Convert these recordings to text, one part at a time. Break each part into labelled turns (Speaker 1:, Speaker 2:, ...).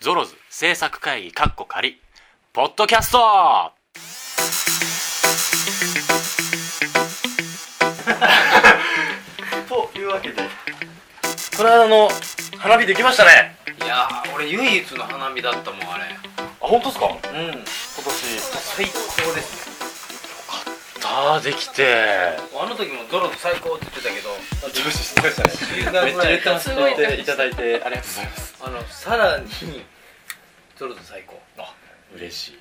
Speaker 1: ゾロズ制作会議かっこ仮ポッドキャスト
Speaker 2: というわけでこの間の花火できましたね
Speaker 3: いやー俺唯一の花見だったもんあれ
Speaker 2: あ本当ですか今
Speaker 3: うん
Speaker 2: 年
Speaker 3: 最高ですね
Speaker 1: ああできて
Speaker 3: あの時もドロド最高って言ってたけど
Speaker 2: 上司してましたねめっちゃ言ってます
Speaker 3: す
Speaker 2: 言
Speaker 3: ごい
Speaker 2: っていただいてありがとうございます
Speaker 3: あのさらにドロド最高
Speaker 2: あ嬉しい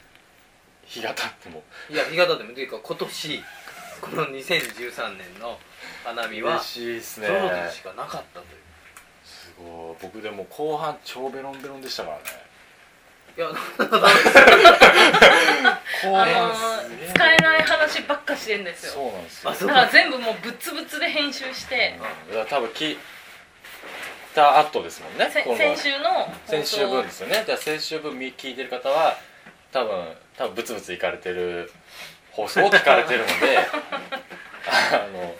Speaker 2: 日が経っても
Speaker 3: いや日が経ってもというか今年この2013年の花見は
Speaker 2: 嬉しいです
Speaker 3: ド
Speaker 2: ね
Speaker 3: ロドしかなかったという
Speaker 2: すごい僕でも後半超ベロンベロンでしたからね
Speaker 3: いや
Speaker 2: 後
Speaker 4: あ
Speaker 2: 半
Speaker 4: の
Speaker 2: すげ
Speaker 4: ー、使えない話ばっかしてんですよ
Speaker 2: そうなんですよ
Speaker 3: あそ
Speaker 4: だ
Speaker 3: う
Speaker 4: から全部もうぶっつぶつで編集して
Speaker 2: うんだから多分聞いた後ですもんね
Speaker 4: せ
Speaker 2: この
Speaker 4: 先週の放
Speaker 2: 先週
Speaker 4: 送
Speaker 2: 分ですよねだから先週分み聞いてる方は多分多分ブツブツいかれてる放送を聞かれてるのであの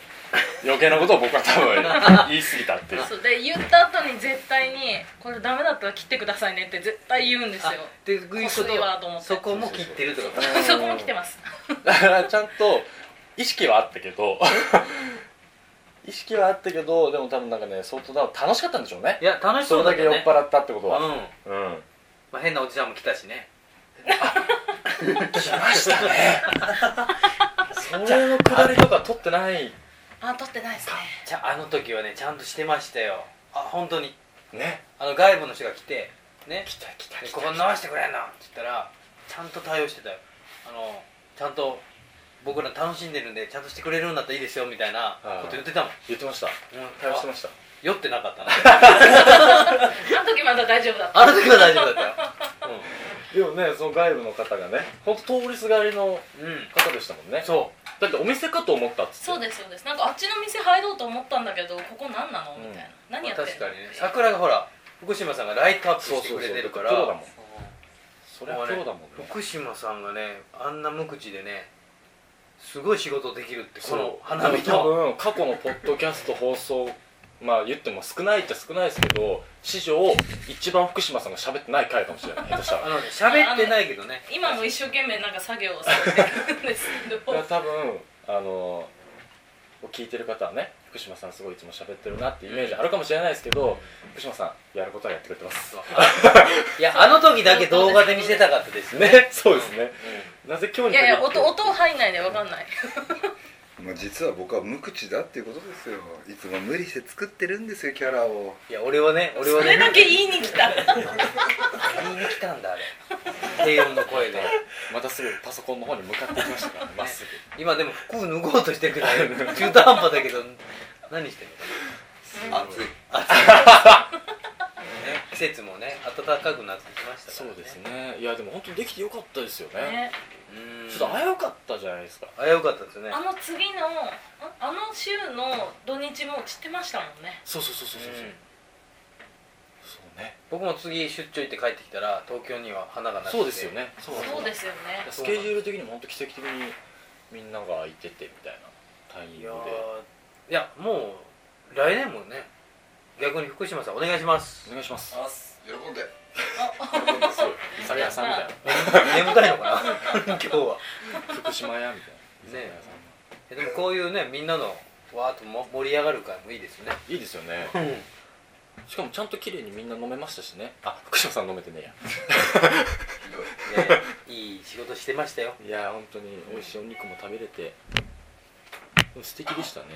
Speaker 2: 余計なことを僕は多分言い過ぎたっていう
Speaker 4: そうで言った後に絶対にこれダメだったら切ってくださいねって絶対言うんですよ
Speaker 3: あ でいうこ
Speaker 4: 細いわと思
Speaker 3: と
Speaker 4: って
Speaker 3: そこも切ってるとか
Speaker 2: うん
Speaker 4: そこも来てます
Speaker 2: だからちゃんと意識はあったけど 意識はあったけどでも多分なんかね相当多分楽しかったんでしょうね
Speaker 3: いや楽し
Speaker 2: そ
Speaker 3: そ
Speaker 2: れ
Speaker 3: う
Speaker 2: だ
Speaker 3: だ
Speaker 2: け
Speaker 3: けど
Speaker 2: 酔っ
Speaker 3: ね
Speaker 2: 払ったってこと
Speaker 3: うん
Speaker 2: はうん
Speaker 3: まあ変なおじさんも来た しね
Speaker 2: 来ましたねそれのくだりとか取ってない
Speaker 4: あ撮ってないですね
Speaker 3: じゃああの時はねちゃんとしてましたよあ本当に
Speaker 2: ね
Speaker 3: あの外部の人が来てね
Speaker 2: 来た来た
Speaker 3: で
Speaker 2: 来た
Speaker 3: ここ直してくれんのって言ったらちゃんと対応してたよあのちゃんと僕ら楽しんでるんでちゃんとしてくれるんだったらいいですよみたいなこと言ってたもん、
Speaker 2: 言ってました
Speaker 3: うん、
Speaker 2: 対応してました
Speaker 3: 酔ってなかったな
Speaker 4: あの時まだ大丈夫だっ た
Speaker 3: あの時は大丈夫だったよ
Speaker 2: でもねその外部の方がね本当通りすがりの
Speaker 3: うん、うん、
Speaker 2: 方でしたもんね
Speaker 3: そ
Speaker 2: だってお店かと思ったっつって
Speaker 4: そうですそうですなんかあっちの店入ろうと思ったんだけどここ何なのみたいな、
Speaker 3: う、
Speaker 4: 何
Speaker 3: ま
Speaker 4: や
Speaker 3: あ、
Speaker 4: ってん
Speaker 3: 確
Speaker 4: の
Speaker 3: かにね
Speaker 4: って
Speaker 3: 桜がほら福島さんがライトアップ
Speaker 2: そう
Speaker 3: して
Speaker 2: そう
Speaker 3: くれ
Speaker 2: そう
Speaker 3: てるから
Speaker 2: プロだもんそれ
Speaker 3: も
Speaker 2: は
Speaker 3: う
Speaker 2: プ
Speaker 3: ね
Speaker 2: ロだもんね
Speaker 3: 福島さんがねあんな無口でねすごい仕事できるってこ
Speaker 2: そ
Speaker 3: の
Speaker 2: の
Speaker 3: 花見
Speaker 2: 多
Speaker 3: の
Speaker 2: 分過去のポッドキャスト放送まあ言っても少ないっちゃ少ないですけど史上一番福島さんが喋ってない回かもしれない下手したら
Speaker 3: あのね喋ってないけどね
Speaker 4: 今も一生懸命なんか作業をされてるんです けど
Speaker 2: だから多分あの聞いてる方はね福島さんすごいいつも喋ってるなってイメージあるかもしれないですけど福島さんやることはやってくれてます
Speaker 3: いやあの時だけ動画で見せたかったですね
Speaker 2: ね そうですねなぜ今日
Speaker 4: い
Speaker 2: に限
Speaker 4: やい
Speaker 2: って
Speaker 4: や音音入んないでわかんない
Speaker 5: まあ、実は僕は無口だっていうことですよいつも無理して作ってるんですよキャラを
Speaker 3: いや俺はね俺
Speaker 4: そ
Speaker 3: はね
Speaker 4: れだけ言いに来た
Speaker 3: 言いに来たんだあれ低音の声で
Speaker 2: またすぐパソコンの方に向かってきましたからねまっすぐ
Speaker 3: 今でも服脱ごうとしてるけど中途半端だけど何してるのかな暑い暑い、ね、季節もね暖かくなってきましたか
Speaker 2: そ
Speaker 3: ら、ね、
Speaker 2: うですねいやでも本当にできてよかったですよね
Speaker 4: ね
Speaker 3: うん
Speaker 2: ちょっと危うかったじゃないですか
Speaker 3: 危うかったですね
Speaker 4: あの次のああの週の土日も散ってましたもんね
Speaker 2: そうそうそうそうそう、
Speaker 3: うん
Speaker 2: そうね
Speaker 3: 僕も次出張行って帰ってきたら東京には花がなくて
Speaker 2: そうですよねそう
Speaker 4: そうですよね
Speaker 2: スケジュール的にも本当奇跡的にみんなが空いててみたいなタイミン
Speaker 3: い
Speaker 2: グ
Speaker 3: やー
Speaker 2: で
Speaker 3: いやもう来年もね逆に福島さんお願いします
Speaker 2: お願いします
Speaker 5: 喜んで
Speaker 2: すごい酒屋さんみたい
Speaker 3: 眠たいのか な今日は
Speaker 2: な福島屋みたいな居
Speaker 3: ね
Speaker 2: 酒屋さん
Speaker 3: えでもこういうねみんなのわーっとも盛り上がるからもいいですね
Speaker 2: いいですよねしかもちゃんと綺麗にみんな飲めましたしねあ福島さん飲めてねえや
Speaker 3: いやいい仕事してましたよ
Speaker 2: いやー本当に美味しいお肉も食べれてでも素敵でしたね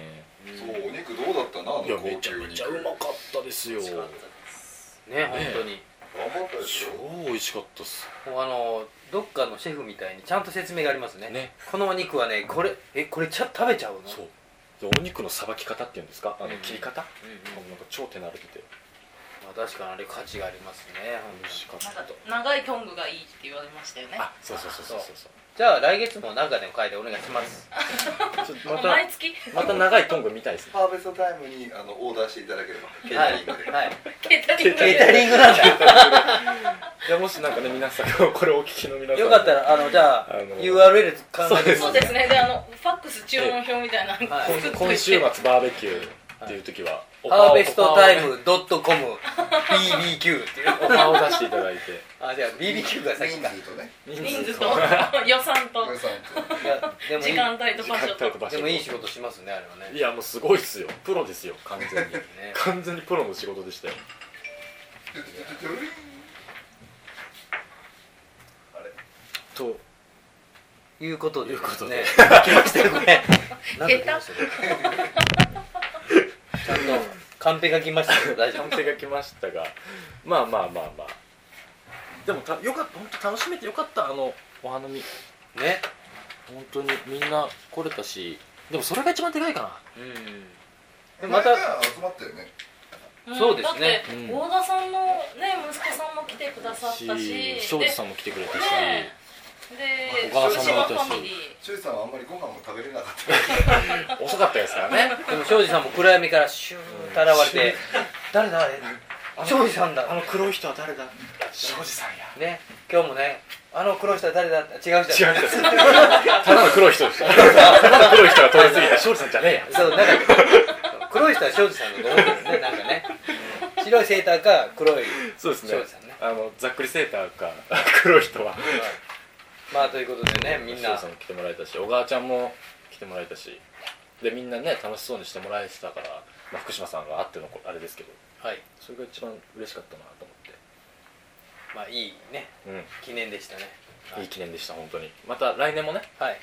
Speaker 5: そうお肉どうだったなあの
Speaker 2: いや
Speaker 5: 高級
Speaker 2: めちゃめちゃうまかったですよ
Speaker 3: 美味しかったですね本当に、
Speaker 5: 頑張ったでしょ
Speaker 2: 超美味しかったっす
Speaker 3: もうあのどっかのシェフみたいにちゃんと説明がありますね
Speaker 2: ね
Speaker 3: このお肉はねこれえこれちゃ食べちゃうの
Speaker 2: そうでお肉のさばき方っていうんですかあの
Speaker 3: うん
Speaker 2: 切り方、
Speaker 3: うんうん
Speaker 2: なんか超手慣れてて
Speaker 3: まあ、確かにあれ価値がありますね本
Speaker 2: 美
Speaker 3: 当に
Speaker 2: 味しかっ
Speaker 4: なん
Speaker 2: た
Speaker 4: か長いトングがいいって言われましたよね
Speaker 2: あそうそうそうそうそうそう
Speaker 3: じゃあ来月も中での会でお願いします
Speaker 2: ちょっと
Speaker 4: も
Speaker 2: ま
Speaker 4: う毎
Speaker 2: た
Speaker 4: 月
Speaker 2: また長いトング見たいですね
Speaker 5: ハーベストタイムにあのオーダーしていただければケ
Speaker 3: は
Speaker 5: ー
Speaker 3: い
Speaker 5: タリングで、
Speaker 3: はい
Speaker 4: ケータリング
Speaker 3: ケー
Speaker 4: で
Speaker 3: タリングなんだ
Speaker 2: じゃあもしなんかね皆さんこれお聞きの皆さん
Speaker 3: よかったらあのじゃあ
Speaker 2: あの
Speaker 3: URL 考えてみま
Speaker 4: そうですねであのファックス注文表みたいなの
Speaker 3: はい
Speaker 4: 作っといて
Speaker 2: 今今週末バーベキューっていう時は、
Speaker 3: ハーベストタイムドットコム BBQ っていう
Speaker 2: お顔を出していただいて
Speaker 3: あじゃあ BBQ が先
Speaker 5: 人
Speaker 3: か
Speaker 5: 数とね
Speaker 4: 人数と 予算と
Speaker 5: 皆さんと
Speaker 3: いやでもい
Speaker 4: 時
Speaker 3: い
Speaker 4: 間帯と
Speaker 2: 時
Speaker 4: 場所
Speaker 2: 間帯と
Speaker 4: と
Speaker 2: 場所
Speaker 3: でもいい仕事しますねあれはね
Speaker 2: いやもうすごいっすよプロですよ完全に
Speaker 3: ね
Speaker 2: 完全にプロの仕事でしたよと
Speaker 3: いうことで
Speaker 2: いうことで
Speaker 3: ね来ましたよこれなんか来ましたねちゃんとカンペが来ましたけど大丈
Speaker 2: 完
Speaker 3: 夫
Speaker 2: 成が来ましたがまあまあまあまあでもたよかった本当楽しめてよかったあのお花見
Speaker 3: ね
Speaker 2: 本当にみんな来れたしでもそれが一番でかいかな
Speaker 3: うんで
Speaker 5: で
Speaker 3: ま
Speaker 5: ま
Speaker 3: た
Speaker 5: た集まったよね
Speaker 4: うん
Speaker 3: そうですね
Speaker 4: だって
Speaker 2: うん
Speaker 4: 大田さんのね息子さんも来てくださったし
Speaker 2: 庄司さ
Speaker 4: ん
Speaker 2: んも来てくれたし、
Speaker 4: ねえで
Speaker 2: お母
Speaker 4: 福
Speaker 2: さんも
Speaker 4: 島
Speaker 2: いたし
Speaker 4: ファミリー
Speaker 5: 周さんはあんまりご飯も食べれなかった
Speaker 2: 遅かったですからね
Speaker 3: でも庄司さんも暗闇からシューッと現れて誰だあれ庄司さんだ
Speaker 2: の黒い人は誰だ庄司さんや
Speaker 3: ね今日もねあの黒い人は誰だって違う人
Speaker 2: 違うんですただの黒い人でしたただの黒い人が通り過ぎて庄司さんじゃねえや
Speaker 3: そうなんか黒い人は庄司さんだと思うんですねなんかね白いセーターか黒い
Speaker 2: そうですね
Speaker 3: 庄司さんね
Speaker 2: あのざっくりセーターか黒い人は
Speaker 3: まあということでねみん
Speaker 2: 庄
Speaker 3: な
Speaker 2: 司さんも来てもらえたし小川ちゃんも来てもらえたしでみんなね楽しそうにしてもらえてたから、まあ、福島さんがあってのこあれですけど
Speaker 3: はい
Speaker 2: それが一番嬉しかったなと思
Speaker 3: まあいいね
Speaker 2: って
Speaker 3: 記念でしたね
Speaker 2: うんいい記念でした本当にまた来年もね
Speaker 3: はい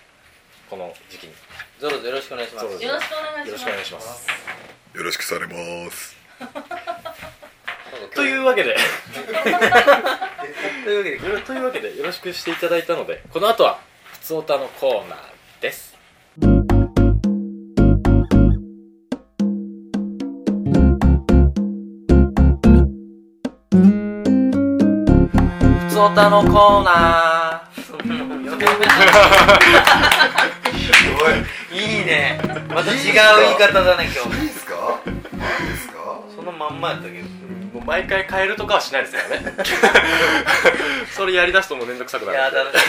Speaker 2: この時期に
Speaker 3: ゾロゾよろしくお願いします
Speaker 2: ゾロゾ
Speaker 4: よろしくお願いし
Speaker 2: よろし
Speaker 4: ます
Speaker 2: くお願いします
Speaker 5: よろしくされます
Speaker 2: といううわけで
Speaker 3: というわけで
Speaker 2: よ ろというわけでよろしくしていただいたのでこの後は「ふつおた」のコーナーですふつおたのコーナ
Speaker 3: いいねまた違う言い方だね今
Speaker 5: おい
Speaker 3: 日
Speaker 5: いいですかいいですか
Speaker 3: そのまんまやったけど
Speaker 2: ーもう毎回変えるとかはしないですから ねそれやりだすともうめんどくさくない
Speaker 3: や
Speaker 2: る
Speaker 3: ー楽し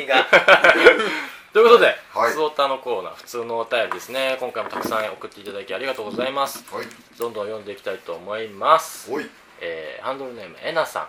Speaker 3: みだな次が
Speaker 2: ということで、
Speaker 5: はい
Speaker 2: 普通おたのコーナー普通のお便りですね今回もたくさん送っていただきありがとうございます
Speaker 5: はい
Speaker 2: どんどん読んでいきたいと思います
Speaker 5: おい
Speaker 2: えーハンドルネームえなさん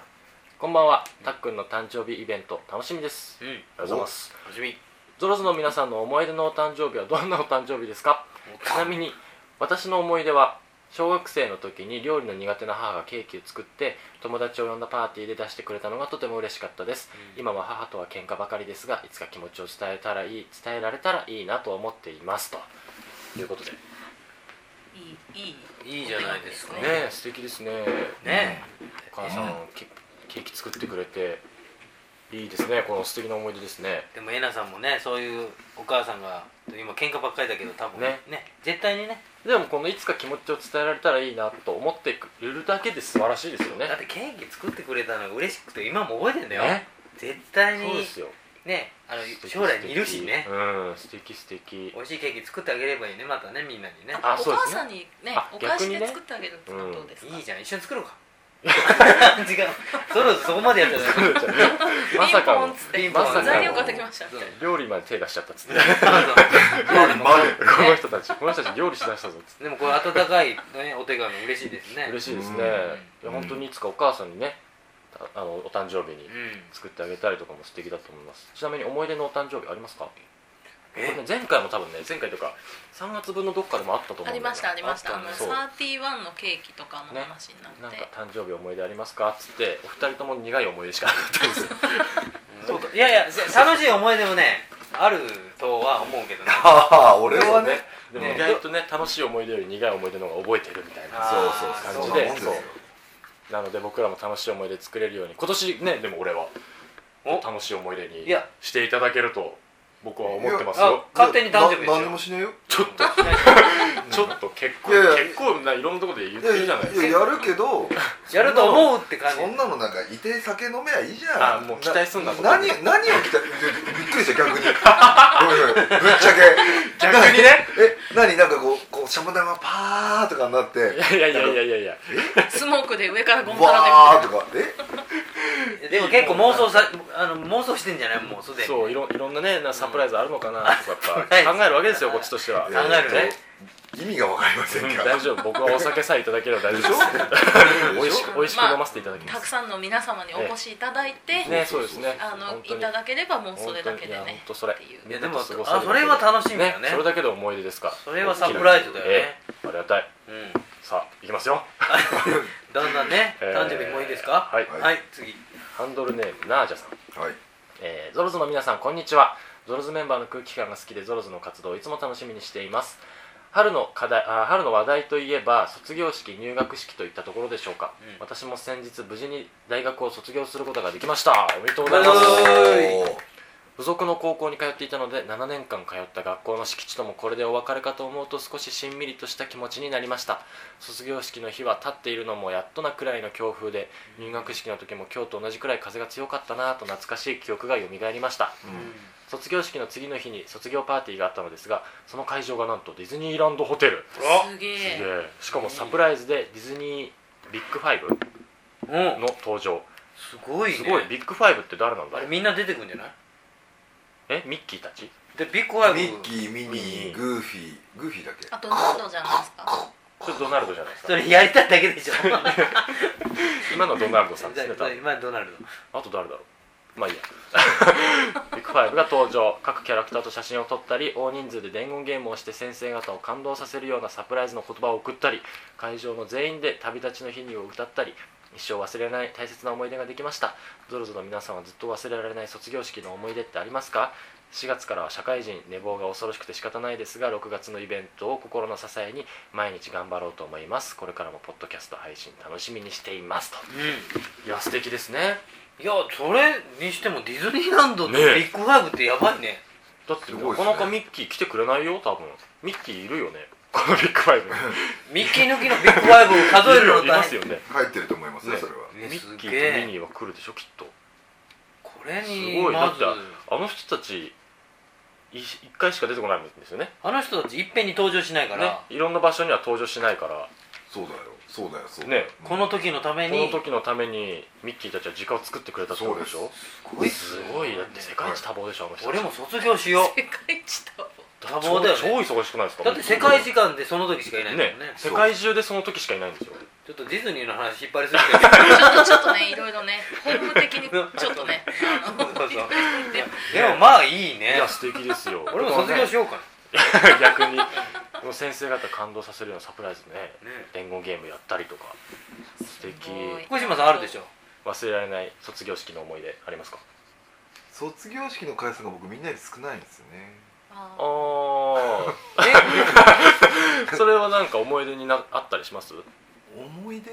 Speaker 2: こんばんはたっくんの誕生日イベント楽しみです
Speaker 3: う
Speaker 2: あり
Speaker 3: ん
Speaker 2: がとうございます
Speaker 3: 楽しみ
Speaker 2: ゾロズの皆さんの思い出のお誕生日はどんなお誕生日ですかちなみに私の思い出は小学生の時に料理の苦手な母がケーキを作って友達を呼んだパーティーで出してくれたのがとても嬉しかったです、今は母とは喧嘩ばかりですがいつか気持ちを伝えたらいい伝えられたらいいなと思っていますということでね
Speaker 4: いいいい
Speaker 3: いいじゃないですか
Speaker 2: え素敵ですね
Speaker 3: ね
Speaker 2: お母さんケケーキ作ってくれていいですねこの素敵な思い出ですね
Speaker 3: でもえなさんもねそういうお母さんが今喧嘩ばっかりだけど多分ね
Speaker 2: ね
Speaker 3: ね絶対にね
Speaker 2: でもこのいつか気持ちを伝えられたらいいなと思ってくれるだけで素晴らしいですよね
Speaker 3: だってケーキ作ってくれたのが嬉しくて今も覚えてんだよ、
Speaker 2: ね
Speaker 3: 絶対に
Speaker 2: そうですよ
Speaker 3: ねあ
Speaker 2: 素
Speaker 3: の
Speaker 2: 敵
Speaker 3: 将来にいるしね
Speaker 2: 素敵うん素敵素敵
Speaker 3: 美味しいケーキ作ってあげればいいねまたねみんなにね
Speaker 2: あ
Speaker 4: お
Speaker 2: そうで
Speaker 4: 母
Speaker 2: す
Speaker 4: さ
Speaker 2: ね
Speaker 4: んにね
Speaker 2: あ
Speaker 4: お返し
Speaker 2: 逆に
Speaker 4: で
Speaker 2: ね
Speaker 4: 作ってあげるってのはどうですか、
Speaker 3: いいじゃん一緒に作ろうか違うそろそろそこまでやったらそう
Speaker 2: まさか
Speaker 4: ピンポン
Speaker 2: の
Speaker 4: っつ
Speaker 3: ピ
Speaker 4: って
Speaker 3: ンポン
Speaker 2: まさかの
Speaker 4: 材料買ってきましたみたいな
Speaker 2: 料理まで手出しちゃったっつって
Speaker 3: そう
Speaker 2: この人たちこの人たち料理しだしたぞっつって
Speaker 3: でもこれ温かい、ね、お手紙嬉しいですね
Speaker 2: 嬉
Speaker 3: し
Speaker 2: しいですねい
Speaker 5: うん
Speaker 2: や本当にいつかお母さんにねたあのお誕生日に
Speaker 3: うん
Speaker 2: 作ってあげたりとかも素敵だと思いますちなみに思い出のお誕生日ありますか
Speaker 3: え
Speaker 2: これね前回も多分ね前回というか3月分のどっかでもあったと思うんだよ
Speaker 4: あ
Speaker 2: ね
Speaker 4: りましたありましたあの
Speaker 2: そう
Speaker 4: サーティワンのケーキとかの話になって、
Speaker 2: なんか誕生日思い出ありますかっつってお二人とも苦い思い出しかなかったんですよ
Speaker 3: そうかいやいやせ楽しい思い出もねあるとは思うけどね
Speaker 5: ああ俺はね
Speaker 2: でも
Speaker 3: ね
Speaker 2: 意外とね楽しい思い出より苦い思い出の方が覚えてるみたいな
Speaker 3: あ
Speaker 5: そうそうそう
Speaker 2: 感じで
Speaker 5: そんなもんですよ
Speaker 2: そうなので僕らも楽しい思い出作れるように今年ねでも俺は
Speaker 3: お
Speaker 2: 楽しい思い出に
Speaker 3: いや
Speaker 2: していただけると僕は思ってます
Speaker 3: いや
Speaker 2: よ
Speaker 3: あ勝手に誕生日ですよ
Speaker 5: な何もしないよ
Speaker 2: ちょっとちょっと結構
Speaker 5: いやいや
Speaker 2: 結構ないろんなところで言っ
Speaker 5: い
Speaker 2: て
Speaker 5: や
Speaker 2: る
Speaker 5: い
Speaker 2: じゃないですか
Speaker 5: ややるけど
Speaker 3: やると思うって感じ
Speaker 5: そんなのなんかいて酒飲めばいいじゃん
Speaker 2: あもう期待すんな
Speaker 5: な
Speaker 2: こと
Speaker 5: 何何を期待びっくりした 逆にごめんなさいぶっちゃけ
Speaker 2: 逆にね
Speaker 5: え何なんかこうこうシャボン玉パーとかになって
Speaker 2: いやいやいやいやいや
Speaker 4: スモークで上からゴンパラでみたい
Speaker 5: わー
Speaker 4: な
Speaker 5: とかえ
Speaker 3: でも結構妄想さあの妄想してんじゃないもうすでに
Speaker 2: そう いろいろんなねなサプライズあるのかなとかやっぱ
Speaker 3: うん
Speaker 2: 考えるわけですよこっちとしては
Speaker 3: 考えるね
Speaker 5: えっと意味がわかりませんか
Speaker 2: 大丈夫僕はお酒さえいただければ大丈夫です美味しく美味しく飲ませていただきます
Speaker 4: たくさんの皆様にお越しいただいて、
Speaker 2: ねそうですね
Speaker 4: あの
Speaker 2: 本当
Speaker 4: い
Speaker 2: に
Speaker 4: ただければもうそれだ
Speaker 2: 本当に
Speaker 4: けで
Speaker 2: いや
Speaker 4: ね
Speaker 2: 本当それ
Speaker 4: っていう
Speaker 3: いやでも
Speaker 2: みんなと過ご
Speaker 3: あそれは楽しみだよね
Speaker 2: それだけで思い出ですから
Speaker 3: それはサプライズだよね
Speaker 2: ええありがたい
Speaker 3: うん
Speaker 2: さあいきますよ
Speaker 3: だんだんね
Speaker 2: えー
Speaker 3: 誕生日もいいですか
Speaker 2: はい
Speaker 3: はい次
Speaker 2: ハンドルネームナージャさん
Speaker 5: はい
Speaker 2: えーゾロズの皆さんこんにちはゾロズメンバーの空気感が好きでゾロズの活動をいつも楽しみにしています春の課題あー春の話題といえば卒業式入学式といったところでしょうか、
Speaker 3: うん
Speaker 2: 私も先日無事に大学を卒業することができましたおめでとうござい
Speaker 3: お
Speaker 2: ま
Speaker 3: め
Speaker 2: す
Speaker 3: でとうございます
Speaker 5: おー
Speaker 2: 付属の高校に通っていたので7年間通った学校の敷地ともこれでお別れかと思うと少ししんみりとした気持ちになりました卒業式の日は立っているのもやっとなくらいの強風で入学式の時も今日と同じくらい風が強かったなぁと懐かしい記憶が蘇りました卒業式の次の日に卒業パーティーがあったのですがその会場がなんとディズニーランドホテル
Speaker 4: すげ
Speaker 2: すげ
Speaker 4: え
Speaker 2: えしかもサプライズでディズニービッグファイブ
Speaker 3: うん
Speaker 2: の登場
Speaker 3: すごいね
Speaker 2: すごいビッグファイブって誰なんだろ
Speaker 3: あれ
Speaker 2: う
Speaker 3: みんな出てくんじゃない
Speaker 2: えミッキーたち
Speaker 3: でビッグワイブ
Speaker 5: ミッキーミニーグーフィーグーフィーだっけ
Speaker 4: あと何度じゃないですか
Speaker 2: それドナルドじゃないです
Speaker 3: そ
Speaker 2: か
Speaker 3: れやりたいだけでし ょ
Speaker 2: 今のドナルドさんですね多分
Speaker 3: 今ドナルド
Speaker 2: あと誰だろうまあいいやビッグファイブが登場各キャラクターと写真を撮ったり大人数で伝言ゲームをして先生方を感動させるようなサプライズの言葉を送ったり会場の全員で「旅立ちの日に」を歌ったり一生忘れられない大切な思い出ができましたゾロゾロ皆さんはずっと忘れられない卒業式の思い出ってありますか4月からは社会人寝坊が恐ろしくて仕方ないですが6月のイベントを心の支えに毎日頑張ろうと思いますこれからもポッドキャスト配信楽しみにしていますと
Speaker 3: うん
Speaker 2: いや素敵ですね
Speaker 3: いやそれにしてもディズニーランドとビ
Speaker 2: ねえ
Speaker 3: ッグワイブってやばいね
Speaker 2: だって
Speaker 5: す
Speaker 2: な
Speaker 5: ごいっす
Speaker 2: か
Speaker 5: ね
Speaker 2: なかミッキー来てくれないよ多分ミッキーいるよね このビッグファイブに
Speaker 3: ミッキー抜きのビッグワイブを数
Speaker 2: い
Speaker 3: えるの
Speaker 2: るよい
Speaker 3: 大
Speaker 2: ます
Speaker 3: 変
Speaker 2: よね
Speaker 5: 入ってると思いますね
Speaker 2: ね
Speaker 5: それは
Speaker 2: ミ
Speaker 3: えす
Speaker 2: ッキ
Speaker 3: げ
Speaker 2: ーとミ
Speaker 3: え
Speaker 2: ニーは来るでしょきっと
Speaker 3: これ
Speaker 2: す
Speaker 3: に
Speaker 2: ごいだ
Speaker 3: ま
Speaker 2: っ
Speaker 3: ず
Speaker 2: てあの人たちい一回しか出てこないんですよね
Speaker 3: あの人たちいっぺんに登場しないから、
Speaker 2: ねいろんな場所には登場しないから
Speaker 5: そうだよそうだよそうだよ
Speaker 2: ね
Speaker 3: この時のため
Speaker 2: こ
Speaker 3: に
Speaker 2: の時のためにミッキーたちは時間を作ってくれたってことでし
Speaker 5: そう
Speaker 2: ょ
Speaker 3: すごいっ
Speaker 2: す
Speaker 3: すね
Speaker 2: ごいだって世界一多忙でしょあの人たち
Speaker 3: 俺も卒業しよ
Speaker 4: 世界一だわ
Speaker 3: 多忙だよね
Speaker 2: 超超忙しくないです
Speaker 3: う
Speaker 2: か
Speaker 3: だって世界時間でその時しかいないんだ
Speaker 2: ね
Speaker 3: もんね
Speaker 2: 世界中でその時しかいないんですよ
Speaker 3: ちょっとディズニーの話引っ張りす ぎてる
Speaker 4: ちょっとちょっとねいろいろね本部的にちょっとねあの
Speaker 3: けどそうそう
Speaker 4: で
Speaker 3: でもまあいい
Speaker 2: い
Speaker 3: ね
Speaker 2: や素敵ですよ
Speaker 3: 俺も卒業しようか
Speaker 2: 逆にもう先生方感動させるようなサプライズね
Speaker 3: な、ね
Speaker 2: 伝言ゲームやったりとか素敵
Speaker 4: すごい
Speaker 3: 福島さんあるでしょ
Speaker 2: 忘れられない卒業式の思い出ありますか
Speaker 5: 卒業式の回数が僕みんなより少ないんですよね
Speaker 4: あー
Speaker 2: ああ それはなんか思い出になあったりします
Speaker 5: 思い出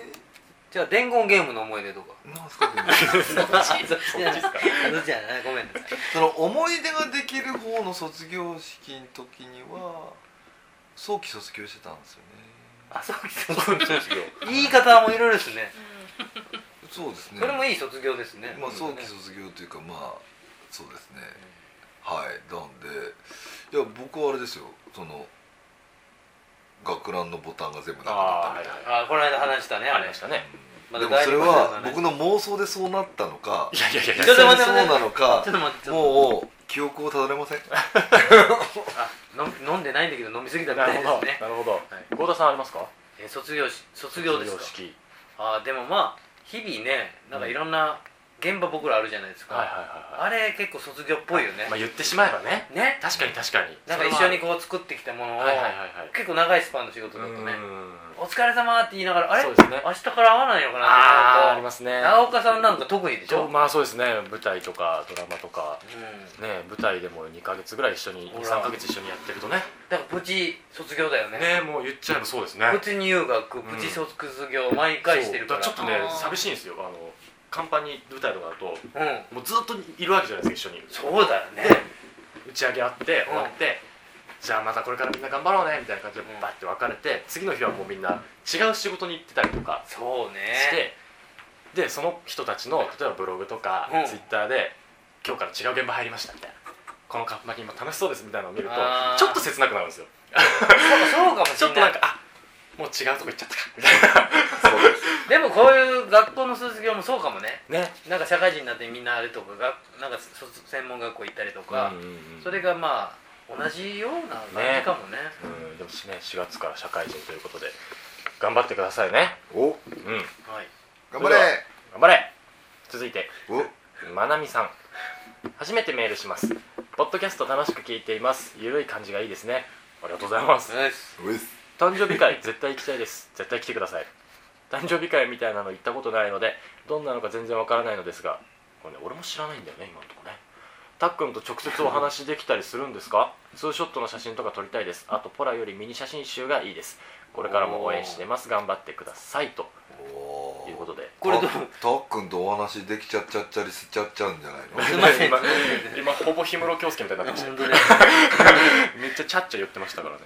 Speaker 3: じゃあ伝言ゲームの思い出とか
Speaker 5: なんすかでも
Speaker 3: そっちじゃないごめんなさい
Speaker 5: その思い出ができる方の卒業式の時には早期卒業してたんですよね
Speaker 3: あそう
Speaker 2: 卒業
Speaker 3: 言い方もいろいろですね
Speaker 4: うん
Speaker 5: そうですね
Speaker 3: それもいい卒業ですね
Speaker 5: まあ早期
Speaker 3: 業
Speaker 5: 卒業というかまあそうですねはいなんでいや僕はあれですよその学ランのボタンが全部なくなった
Speaker 2: あ
Speaker 5: み
Speaker 2: ー
Speaker 5: た
Speaker 2: はいい
Speaker 5: な
Speaker 2: はい
Speaker 3: あこの間話したね
Speaker 2: あ
Speaker 3: あ
Speaker 2: り
Speaker 3: れ
Speaker 2: ましたね
Speaker 3: ま
Speaker 5: で
Speaker 3: だ
Speaker 5: もそれは僕
Speaker 3: の
Speaker 5: の妄想でそうなったのか
Speaker 2: いやいやいやい
Speaker 3: ちょ
Speaker 2: や
Speaker 3: っと待って
Speaker 5: そうなのか
Speaker 3: ちょっと待ってもう
Speaker 5: もう記憶をたどれません
Speaker 3: 飲んでないんだけど飲みすぎたみ
Speaker 2: な
Speaker 3: たい
Speaker 2: る
Speaker 3: で
Speaker 2: ほ
Speaker 3: す
Speaker 2: ど
Speaker 3: ね
Speaker 2: なるほど郷田さんありますか
Speaker 3: えー卒業し卒業ですか
Speaker 2: 卒業式
Speaker 3: あーでもまあ日々ねなんかいろんな現場僕らあるじゃないですか、
Speaker 2: はいはいはいは
Speaker 3: あれ結構卒業っぽいよね、
Speaker 2: いまあ言ってしまえばね
Speaker 3: ね
Speaker 2: 確かに確かに
Speaker 3: なんか一緒に
Speaker 2: こ
Speaker 3: こう作ってきたものを、
Speaker 2: うはいはいはいはい
Speaker 3: 結構長いスパンの仕事だとね
Speaker 2: うん
Speaker 3: お疲れ様って言いながらあれ、
Speaker 2: そうですね
Speaker 3: 明日から会わないのかな
Speaker 2: あーあ
Speaker 3: って
Speaker 2: り
Speaker 3: 思う
Speaker 2: ますね
Speaker 3: と長岡さんなんか特にでしょ、
Speaker 2: とまあそうですね舞台とかドラマとか
Speaker 3: うん
Speaker 2: ね舞台でも2ヶ月ぐらい一緒に
Speaker 3: ほら
Speaker 2: 23ヶ月一緒にやってるとね
Speaker 3: だからプチ卒業だよね
Speaker 2: ねもう言っちゃえばそうですね
Speaker 3: プチ入学プチ卒業、毎回してるから
Speaker 2: そうだからちょっと
Speaker 4: あ
Speaker 2: ね
Speaker 4: ー
Speaker 2: 寂しいんですよあのカンパニー舞台とかだと
Speaker 3: うん
Speaker 2: もうずっといるわけじゃないですか一緒に
Speaker 3: そうだよね
Speaker 2: 打ち上げあって終わって、じゃあまたこれからみんな頑張ろうねみたいな感じで
Speaker 3: うん
Speaker 2: バッて別れて次の日はもうみんな違う仕事に行ってたりとか
Speaker 3: そうね
Speaker 2: して、でその人たちの例えばブログとか、
Speaker 3: うん
Speaker 2: ツイッターで今日から違う現場入りましたみたいなこのカンパニーも楽しそうですみたいなのを見ると
Speaker 3: あー
Speaker 2: ちょっと切なくなるんですよ
Speaker 3: そうかもしれない
Speaker 2: ちょっとなんかあもう違うとこ行っちゃったかみたい
Speaker 3: でもこういう学校の卒業もそうかもね
Speaker 2: な ね
Speaker 3: なんか社会人になってみんなあれとかがなんか卒専門学校行ったりとか、それがまあ同じような感じかもね
Speaker 2: うんでもね4月から社会人ということで頑張ってくださいねう
Speaker 5: お
Speaker 2: ん
Speaker 3: はい
Speaker 5: 頑張
Speaker 2: それ
Speaker 5: れ
Speaker 2: では頑張れ続いて
Speaker 5: お
Speaker 2: まなみさん初めてメールしますポッドキャスト楽しく聞いていますゆるい感じがいいですねありがとうございます
Speaker 5: おいっす
Speaker 2: 誕生日会絶対行きたいです絶対来てください誕生日会みたいなの行ったことないのでどんなのか全然わからないのですがこれね俺も知らないんだよね今のとこねたっくんと直接お話できたりするんですかツーショットの写真とか撮りたいですあとポラよりミニ写真集がいいですこれからも応援してます頑張ってくださいと
Speaker 5: お
Speaker 2: いうことで
Speaker 3: これどう
Speaker 5: たたっくんとお話できちゃっちゃっちゃりしちゃっちゃうんじゃないの
Speaker 3: すいません
Speaker 2: 今今ほぼ氷室京介みたいになってました
Speaker 3: 本当です
Speaker 2: めっちゃちゃっちゃ言ってましたからね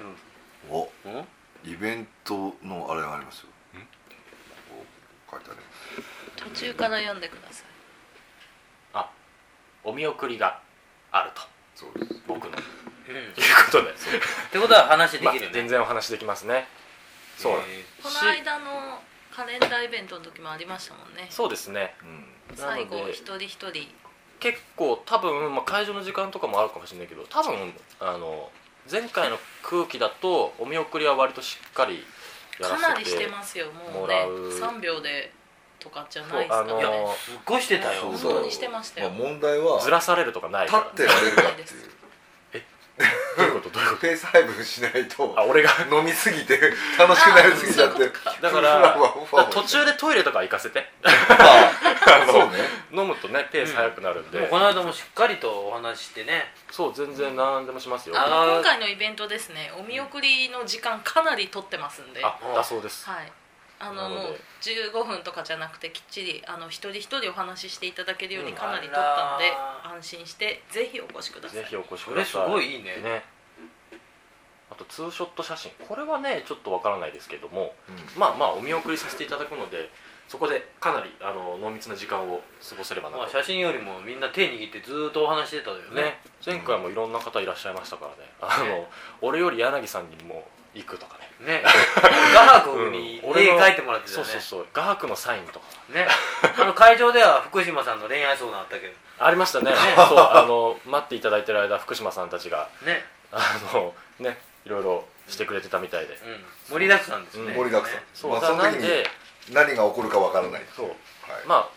Speaker 5: お
Speaker 3: うん
Speaker 5: イベントのあれがありますよお書いてある
Speaker 6: 途中から読んでください
Speaker 2: あお見送りがあると
Speaker 5: そうです
Speaker 2: 僕のという
Speaker 3: うん
Speaker 2: ことで
Speaker 3: ってことは話でき
Speaker 2: まあ
Speaker 3: るよね、
Speaker 2: 全然お話できますねそうなんです
Speaker 3: え
Speaker 6: こ
Speaker 2: し
Speaker 6: の間のカレンダーイベントの時もありましたもんね
Speaker 2: そうですね
Speaker 5: うん
Speaker 2: な
Speaker 6: 最
Speaker 2: の
Speaker 6: 後
Speaker 2: で
Speaker 6: 一人一人
Speaker 2: 結構多分、まあ、会場の時間とかもあるかもしれないけど多分あの前回の空気だとお見送りは割としっかりやら
Speaker 6: か
Speaker 2: せて
Speaker 6: なりしてますよも
Speaker 2: も
Speaker 6: う
Speaker 2: ら
Speaker 6: ね
Speaker 2: う
Speaker 6: 3秒でとかじゃ
Speaker 2: そ
Speaker 6: ない
Speaker 2: う
Speaker 6: です
Speaker 2: あ
Speaker 6: か
Speaker 2: の
Speaker 3: いや
Speaker 6: ね
Speaker 3: すっごいしてたよ
Speaker 5: そう
Speaker 6: 本
Speaker 5: そう
Speaker 6: 当にしてました
Speaker 5: まあ
Speaker 6: よ
Speaker 5: 問題は
Speaker 2: ずらされるとかない
Speaker 5: 立
Speaker 2: か
Speaker 5: ってられるかっていう
Speaker 2: らどういうことどういうこ
Speaker 5: ペース配分しないと
Speaker 2: と あ俺が
Speaker 5: 飲みすぎて楽しくなりすぎちゃっ
Speaker 6: あそうい
Speaker 5: て
Speaker 6: うことか
Speaker 2: だから
Speaker 5: ふわふわふわふわ
Speaker 2: 途中でトイレとか行かせて
Speaker 5: あ
Speaker 2: あの
Speaker 5: そうね
Speaker 2: 飲むとねペース早くなるんで、
Speaker 3: でもこの間もしっかりとお話ししてね
Speaker 2: そう全然何でもしますよ
Speaker 3: あ
Speaker 2: あ
Speaker 6: 今回のイベントですねお見送りの時間かなり取ってますんでは
Speaker 2: だそうです、
Speaker 6: いあ
Speaker 2: な
Speaker 6: の
Speaker 2: の
Speaker 6: も
Speaker 2: で
Speaker 6: う15分とかじゃなくてきっちりあの一人一人お話ししていただけるように
Speaker 2: うん
Speaker 6: かなり取ったんで、
Speaker 3: あら
Speaker 6: 安心してぜひお越しください
Speaker 2: ぜひお越し
Speaker 3: そ
Speaker 2: くだ
Speaker 3: れす
Speaker 2: さい
Speaker 3: ごいいいね
Speaker 2: ねあとツーショット写真これはねちょっとわからないですけども
Speaker 5: うん
Speaker 2: まあまあお見送りさせていただくのでそこでかなりあの濃密な時間を過ごせればな
Speaker 3: まあ
Speaker 2: と、
Speaker 3: 写真よりもみんな手握ってずーっとお話ししてたよね
Speaker 2: ね、前回もいろんな方いらっしゃいましたからねあの俺より柳さんにも行くとかね
Speaker 3: ね画伯に絵
Speaker 2: うん俺の
Speaker 3: 描いてもらってた
Speaker 2: そう
Speaker 3: よね
Speaker 2: そうそう画伯のサインとか
Speaker 3: ねあの会場では福島さんの恋愛相談あったけど
Speaker 2: ありましたねそうあの待っていただいてる間福島さんたちが
Speaker 3: ね
Speaker 2: あのねいろいろしてくれてたみたいで、
Speaker 3: うん盛りだくさんですね
Speaker 2: うん
Speaker 5: 盛りだくさん
Speaker 3: ね
Speaker 2: そう
Speaker 5: まあ
Speaker 2: だから
Speaker 5: その時
Speaker 2: なん
Speaker 5: に
Speaker 2: で
Speaker 5: 何が起こるかわからない
Speaker 2: そう
Speaker 5: はい
Speaker 2: ま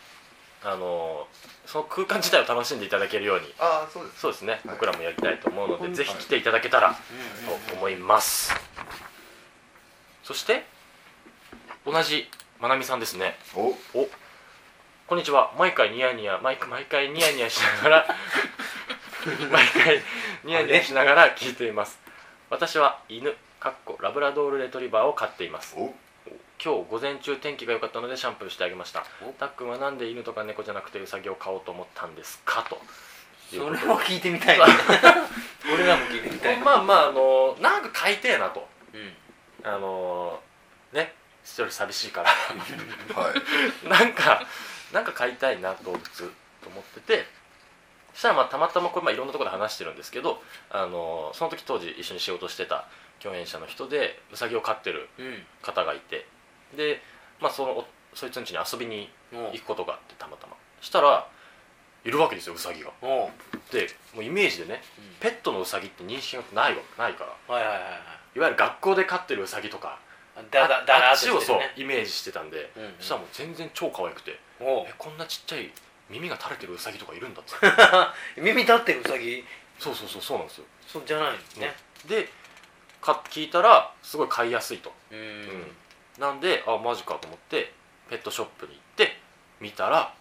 Speaker 2: ああのその空間自体を楽しんでいただけるように
Speaker 5: ああそうです
Speaker 2: そうですね、
Speaker 5: はい
Speaker 2: 僕らもやりたいと思うので、
Speaker 5: はい
Speaker 2: ぜひ来ていただけたら
Speaker 3: うん
Speaker 2: と思います、そして同じまなみさんですね
Speaker 5: お
Speaker 2: おこんにちは毎回ニヤニヤ毎毎回ニヤニヤしなが ら毎回ニヤニヤしながら聞いています私は犬かっこラブラドールレトリバーを飼っています
Speaker 5: お
Speaker 2: 今日午前中天気が良かったのでシャンプーしてあげました
Speaker 3: お
Speaker 2: たっくんはなんで犬とか猫じゃなくてウサギを飼おうと思ったんですかと
Speaker 3: それを聞いてみたいね 俺らも聞いてみたい
Speaker 2: まあまああのなんか飼いてえなと
Speaker 3: うん
Speaker 2: あのね一人寂しいから
Speaker 5: はい
Speaker 2: なんかなんか飼いたいな動物と思っててそしたらまあたまたまこれまあいろんなところで話してるんですけどあのその時当時一緒に仕事してた共演者の人でウサギを飼ってる
Speaker 3: うん
Speaker 2: 方がいてでまあそのおそいつの家に遊びに
Speaker 3: も
Speaker 2: 行くことがあってたまたましたらいるわけですよウサギが
Speaker 3: うも
Speaker 2: でもうイメージでね
Speaker 3: ううん
Speaker 2: ペットのウサギって認識がないわないから
Speaker 3: はいはいはいはい
Speaker 2: いわゆる学校で飼ってるウサギとか
Speaker 3: だだだら
Speaker 2: あっ
Speaker 3: ーっ
Speaker 2: ち
Speaker 3: とし
Speaker 2: を
Speaker 3: て
Speaker 2: そ
Speaker 3: る
Speaker 2: う
Speaker 3: ね
Speaker 2: イメージしてたんで
Speaker 3: うんうん
Speaker 2: そしたらもう全然超可愛くて
Speaker 3: おう
Speaker 2: えこんなちっちゃい耳が垂れてるウサギとかいるんだって
Speaker 3: 耳立ってるウサギ
Speaker 2: そうそうそうそうなんですよ
Speaker 3: そうじゃないのね
Speaker 2: でか聞いたらすごい飼いやすいと
Speaker 3: う
Speaker 2: うんなんであマジかと思ってペットショップに行って見たら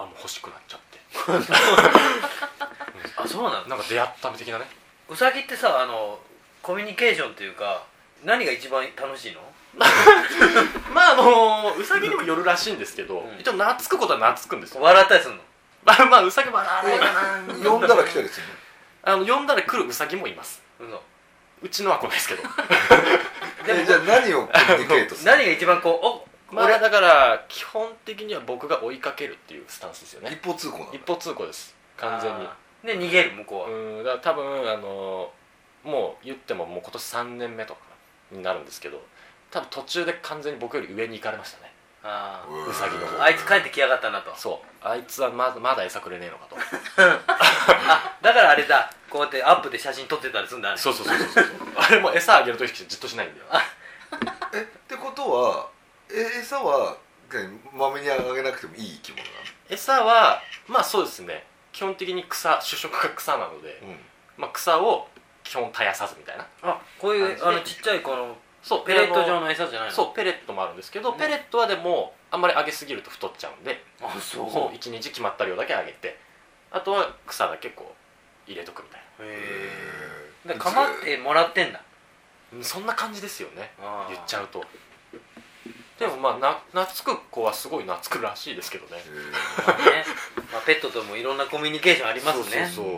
Speaker 2: あもう欲しくなっちゃって
Speaker 3: あそうなの
Speaker 2: なんか出会った的なね
Speaker 3: ウサギってさあのコミュニケーションというか何が一番楽しいの
Speaker 2: まああのうさぎにもよるらしいんですけど、
Speaker 3: うん
Speaker 2: 一応懐くことは懐くんですよ
Speaker 3: 笑ったりするの
Speaker 2: まあまあうさぎもあれかな
Speaker 5: 呼んだら来たりする
Speaker 2: あの呼んだら来るうさぎもいます
Speaker 3: 嘘
Speaker 2: うちのは来ないですけど
Speaker 5: のえじゃあ何をコミュニケートする
Speaker 3: 何が一番こうお、
Speaker 2: まあ
Speaker 3: 俺
Speaker 2: だから基本的には僕が追いかけるっていうスタンスですよね
Speaker 5: 一方通行なの
Speaker 2: 一方通行です完全に
Speaker 3: あーで逃げる向こうは、
Speaker 2: うんだから多分あのもう言ってももう今年3年目とかになるんですけど多分途中で完全に僕より上に行かれましたね
Speaker 3: あ
Speaker 5: うん
Speaker 2: うさぎの
Speaker 3: ああいつ帰ってきやがったなと
Speaker 2: そうあいつはままだ餌くれねえのかと
Speaker 3: だからあれだここうやってアップで写真撮ってたりするんだ ね
Speaker 2: そうそうそうそうそう あれも餌あげる時しかじっとしないんだよ
Speaker 5: えってことはえ餌はまめにあげなくてもいい生き物
Speaker 2: 餌はまあそうですね基本的に草主食が草なので、
Speaker 5: なの、
Speaker 2: まあ、草を基本絶やさずみたいな
Speaker 3: あこういうあのちっちゃいこの
Speaker 2: そう
Speaker 3: ペレット
Speaker 2: あ
Speaker 3: 状
Speaker 2: の
Speaker 3: の餌じゃないの
Speaker 2: そうペレットもあるんですけど、
Speaker 3: うん
Speaker 2: ペレットはでもあんまりあげすぎると太っちゃうんで
Speaker 3: あそう
Speaker 2: そう1日決まった量だけあげてあとは草だけこう入れとくみたい
Speaker 3: へえ
Speaker 5: え
Speaker 3: かまってもらってんだ
Speaker 2: なうんそんな感じですよね言っち
Speaker 3: う
Speaker 2: ゃうとでもまあな懐く子はすごい懐くらしいですけどね
Speaker 3: ね、まあ、ペットともいろんなコミュニケーションありますね
Speaker 2: そうそうそううん、